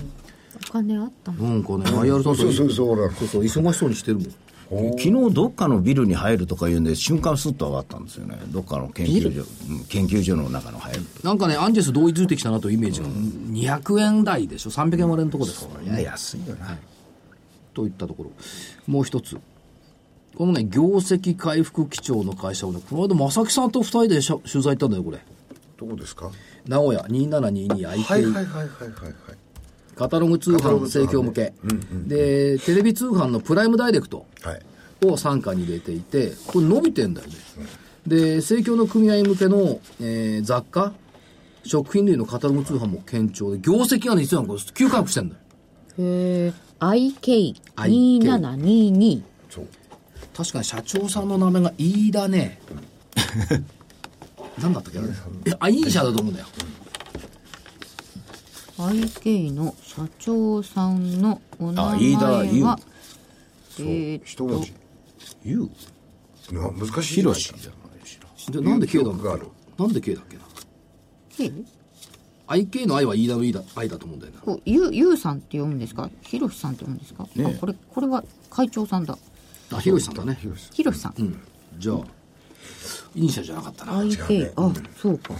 お金あったのなんかね IR さんとそうそうそう俺らそうそう忙しそうにしてるもん昨日どっかのビルに入るとか言うんで、瞬間スッと上がったんですよね。どっかの研究所、うん研究所の中の入る。なんかねアンジェス同意づいてきたなというイメージが、200円台でしょ300円割れのとこですからね、いや、安いよな。といったところもう一つこのね業績回復基調の会社をねこの間正木さんと二人でしゃ取材行ったんだよこれどこですかは名古屋 2722IT、いはいはいはいはいはい。カタログ通カタロ販グ通販盛況向け、でテレビ通販のプライムダイレクトはい。を傘下に入れていてこれ伸びてんだよねで盛況の組合向けの、えー雑貨食品類のカタログ通販も堅調で業績がね実はこれ急回復してんだよへえ。IK2722。そう。確かに社長さんの名前が飯田ね 何だったっけあれえあいい社だと思うんだよ IK の社長さんのお名あ前飯田優は、えそうー、一文字。ゆう、な難しい。ひろしじゃないしでなんで K 記だ憶がある。なんで K だっけな IK の I は EWE だ I だと思うんだよなこうゆゆうさんって読むんですかひろしさんって読むんですか、ねえあこれこれは会長さんだあひろしさんだねひろしさん、うんじゃあイニシャルじゃなかったな、 IK、あそうか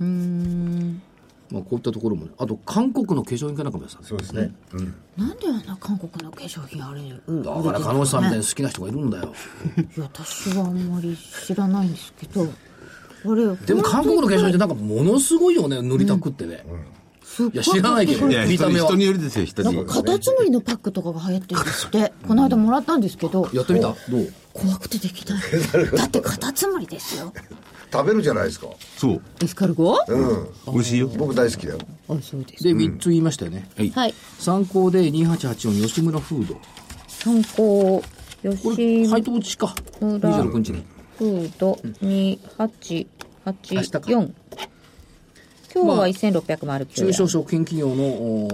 うーんまあ、こういったところもねあと韓国の化粧品かなんかもやってたんですそうですね。うん。なんであんな韓国の化粧品あれう売れてるんですだねから彼女さんみたいに好きな人がいるんだよいや私はあんまり知らないんですけどあれでも韓国の化粧本当に品ってなんかものすごいよね塗りたくってね、すっいや知らないけどいや見た人目には人によりですよ人なにんよりかカタツムリのパックとかが流行ってるんですってこの間もらったんですけどやってみたどう怖くて できないだってカタツムリですよ食べるじゃないですか。そうエスカルゴあうん。美味しいよ僕大好きだよ。そうですで3つ言いましたよね、はい参考で2884吉村フード参考これ吉配当落ちか村26日にフード明日か2884今日まあは1609中小円食品企業の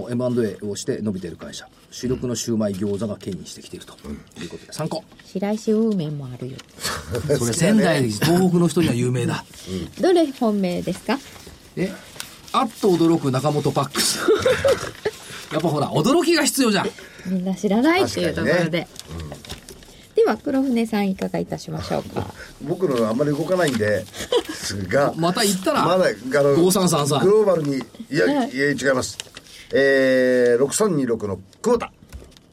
お M&A をして伸びている会社主力のシューマイ餃子が牽引してきているということで参考白石運命もあるよ それ仙台東北の人には有名だどれ本命ですかえあっと驚く中本パッ クスやっぱほら驚きが必要じゃんみんな知らないっていうところで、では黒船さんいかがいたしましょうか僕のあんまり動かないんで、すが。また行ったら まだ、あの、 5333グローバルに、いや、いや、違います。えー、6326の久保田。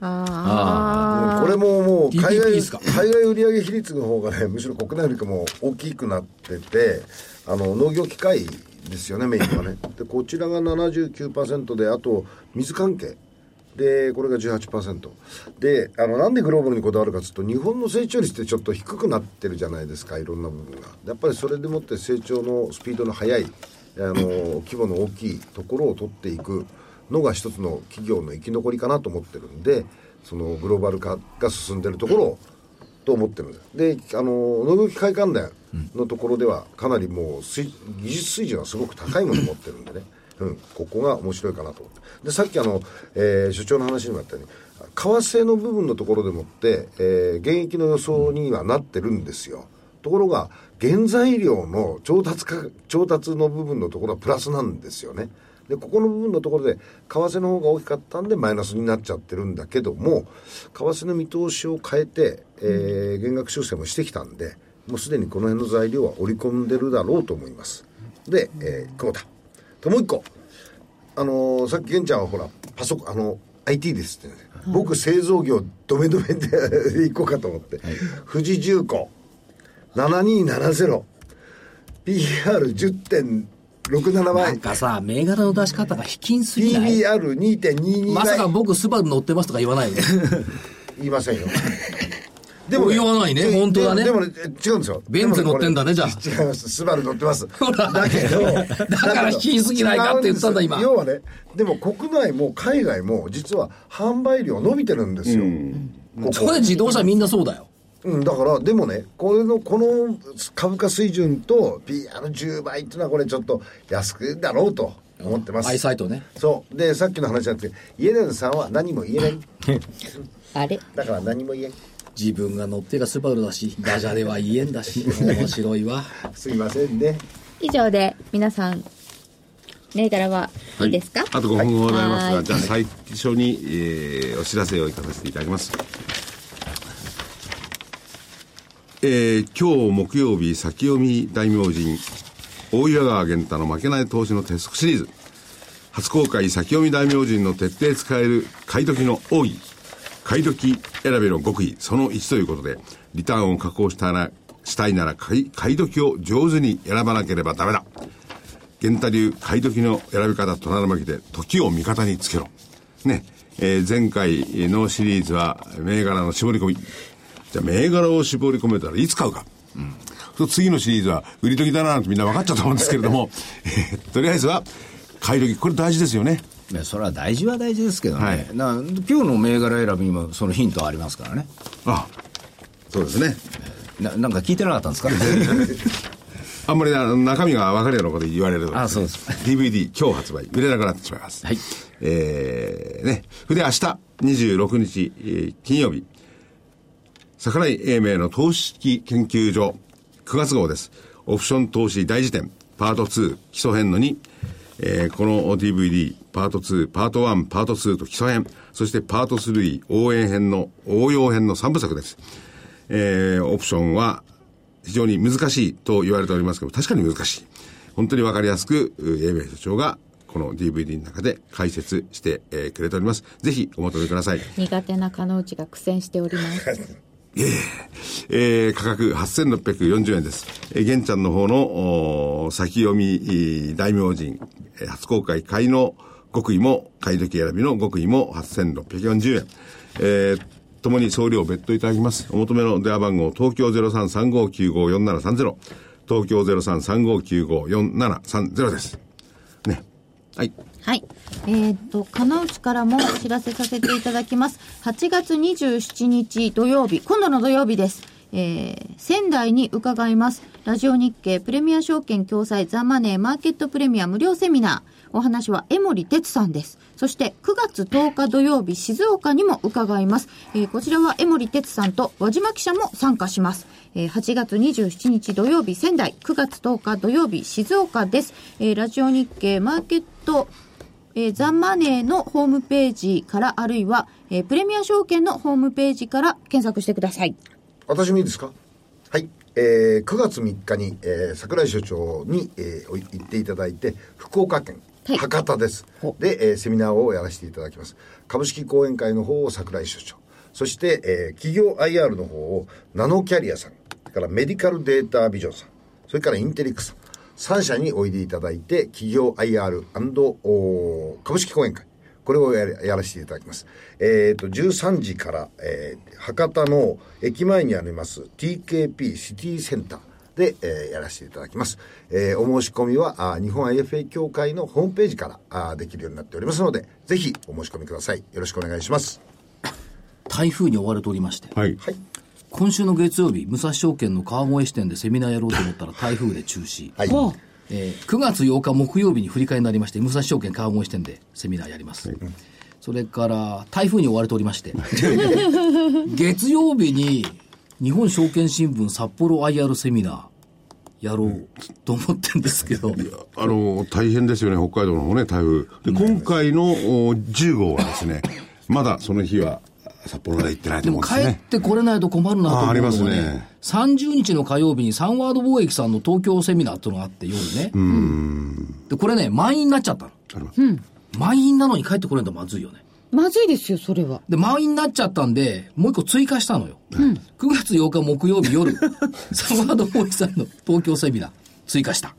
うんこれももう海 PPP 外ですか海外売上比率の 方がねむしろ国内よりかも大きくなっててあの農業機械ですよねメインはねでこちらが79%であと水関係でこれが18%であのなんでグローバルにこだわるかというと日本の成長率ってちょっと低くなってるじゃないですかいろんな部分がやっぱりそれでもって成長のスピードの速いあの規模の大きいところを取っていくのが一つの企業の生き残りかなと思ってるんでそのグローバル化が進んでるところをと思ってるんですであの農業機械関連のところではかなりもう水技術水準はすごく高いものを持ってるんでね、 うん、ここが面白いかなと思ってでさっきあの、えー所長の話にもあったように為替の部分のところでもって、えー現役の予想にはなってるんですよ、ところが原材料の調達か調達の部分のところはプラスなんですよねでここの部分のところで為替の方が大きかったんでマイナスになっちゃってるんだけども為替の見通しを変えて、えー減額修正もしてきたんでもうすでにこの辺の材料は織り込んでるだろうと思いますで、えー、久保田ともう一個あのーさっき玄ちゃんはほらパソコンあの IT ですってね、僕製造業ドメドメで行こうかと思って、富士重工7270 PR10.67 な倍んかさ銘柄の出し方が卑近すぎない PBR2.22 まさか倍僕スバル乗ってますとか言わ ないよね言い ませんよ言わないねで本当だねでもね違うんですよベンツ乗ってんだねでもじこれ違いますスバル乗ってますらだけ どだから引きすぎないかって言ったんだ違うです今要はねでも国内も海外も実は販売量伸びてるんですよ、ここそれ自動車みんなそうだようん、だから、でもね、これの、この株価水準と PR10 倍っていうのは、これちょっと安くだろうと思ってます。アイサイトねそう。で、さっきの話なんですけど、イエレンさんは何も言えない。あれだから何も言えん。自分が乗ってがスバルだしダジャレは言えんだし面白いわすいませんね。以上で皆さん銘柄はいいですか、あと5分ございますはが、じゃあ最初に、えーお知らせをいかさせていただきます。えー今日木曜日、先読み大明神、大岩川源太の負けない投資の鉄則シリーズ、初公開先読み大明神の徹底使える買い時の奥義、買い時選びの極意、その1ということで、リターンを確保したら、したいなら買い、買い時を上手に選ばなければダメだ。源太流買い時の選び方となる巻きで時を味方につけろ。ね。えー前回のシリーズは銘柄の絞り込み。じゃあ銘柄を絞り込めたらいつ買うか。うん。そう次のシリーズは売り時だななんてみんな分かっちゃったと思うんですけれども、 えーとりあえずは買い時、これ大事ですよね。ね、それは大事は大事ですけどね、はいな今日の銘柄選びにもそのヒントありますからねあ、そうですね。ななんか聞いてなかったんですかはあんまりあの中身が分かるようなこと言われるとあそうです DVD 今日発売売れなくなってしまいますはいえー、ねそれで明日26日、えー金曜日桜井英明の投資式研究所9月号ですオプション投資大辞典パート2、基礎編の2、えーこの DVD、パート2、パート1、パート2と基礎編、そしてパート3、応援編の、応用編の3部作です。えーオプションは非常に難しいと言われておりますけど、確かに難しい。本当にわかりやすく、英明所長がこの DVD の中で解説して、えーくれております。ぜひお求めください。苦手な彼の内が苦戦しております。えー価格8640円です。えー、玄ちゃんの方の、おー先読み、えー大名人、えー初公開買いの極意も、買い時選びの極意も8640円。えーともに送料別途いただきます。お求めの電話番号、東京0335954730。東京0335954730です。ね。はい。はい。えっ、と、金内からもお知らせさせていただきます。8月27日土曜日、今度の土曜日です。えー仙台に伺います。ラジオ日経プレミア証券共催ザ・マネーマーケットプレミア無料セミナー。お話は江森哲さんです。そして9月10日土曜日、静岡にも伺います。えーこちらは江森哲さんと和島記者も参加します。えー8月27日土曜日仙台、9月10日土曜日静岡です。えーラジオ日経マーケットえーザ・マネーのホームページから、あるいは、えープレミア証券のホームページから検索してください。私もいいですかはい。えー、9月3日に、えー、桜井所長に、えーおい行っていただいて、福岡県、はい博多です。で、えーセミナーをやらせていただきます。株式講演会の方を桜井所長。そして、えー企業 IR の方をナノキャリアさん、それからメディカルデータビジョンさん、それからインテリックさん、3社においでいただいて、企業 IR& おー株式講演会。これをやりやらせていただきます。えっ、と、13時から、えー博多の駅前にあります TKP シティセンターで、えーやらせていただきます。えーお申し込みは、あー日本 IFA 協会のホームページからあーできるようになっておりますので、ぜひお申し込みください。よろしくお願いします。台風に追われておりまして、はい。はい。今週の月曜日、武蔵証券の川越支店でセミナーやろうと思ったら台風で中止。はい。えー9月8日木曜日に振り替えになりまして、武蔵証券川越支店でセミナーやります。それから、台風に追われておりまして、 月曜日に日本証券新聞札幌 IR セミナーやろうと思ってんですけど、あの、大変ですよね、北海道の方ね、台風。で、今回のお10号はですね、 まだその日は札幌まで行ってないとで思もう帰んですっね。てこれないと困るなと思うのあーあがりねますね30日の火曜日にサンワード貿易さんの東京セミナーっていうのがあって、夜ね。で、これね、満員になっちゃったの。満員なのに帰ってこれるとまずいよね。まずいですよ、それは。で、満員になっちゃったんで、もう一個追加したのよ。9月8日木曜日夜、 サンワード貿易さんの東京セミナー追加した。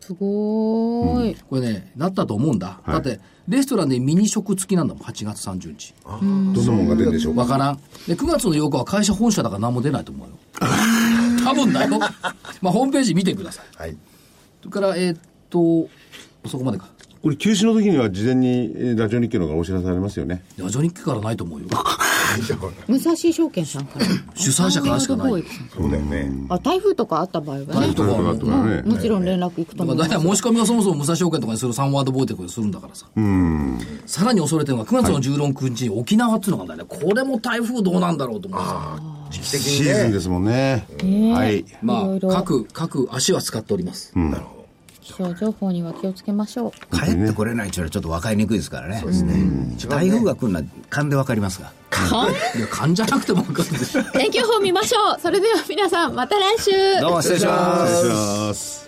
すごーい。これね、なったと思うんだ。だって、レストランでミニ食付きなんだもん、8月30日。どんなもんが出るんでしょうか。わからん。で、9月の8日は会社本社だから何も出ないと思うよ。多分だよ。まあ、ホームページ見てください。はい。それから、えーっと、そこまでか。これ、休止の時には事前にえーラジオ日記の方からお知らせされますよね。ラジオ日記からないと思うよ。武蔵証券さ んから。主催者からしかないワールドボーイズさんそうだよね。あ、台風とかあった場合は台風。ねとかとはかもとうかうんもね。ちろん連絡行くとだか思らい大ま体。申すし込みはそもそも武蔵証券とかにするサンワードボーテックにするんだからさ。さらに恐れてるのが9月の16日に沖縄っていうのがあるんだよね。これも台風どうなんだろうと思ってさ。時期的シにーズンね。ですもんね。はい。まいろいあ、ろ各、各足は使っております。気象情報には気をつけましょう。帰ってこれないっていうのはちょっと分かりにくいですからね。そうですね。台風が来るのは勘で分かりますが。いや、勘じゃなくても分かるでしょ。天気予報見ましょう。それでは皆さん、また来週。どうも失礼します。失礼します。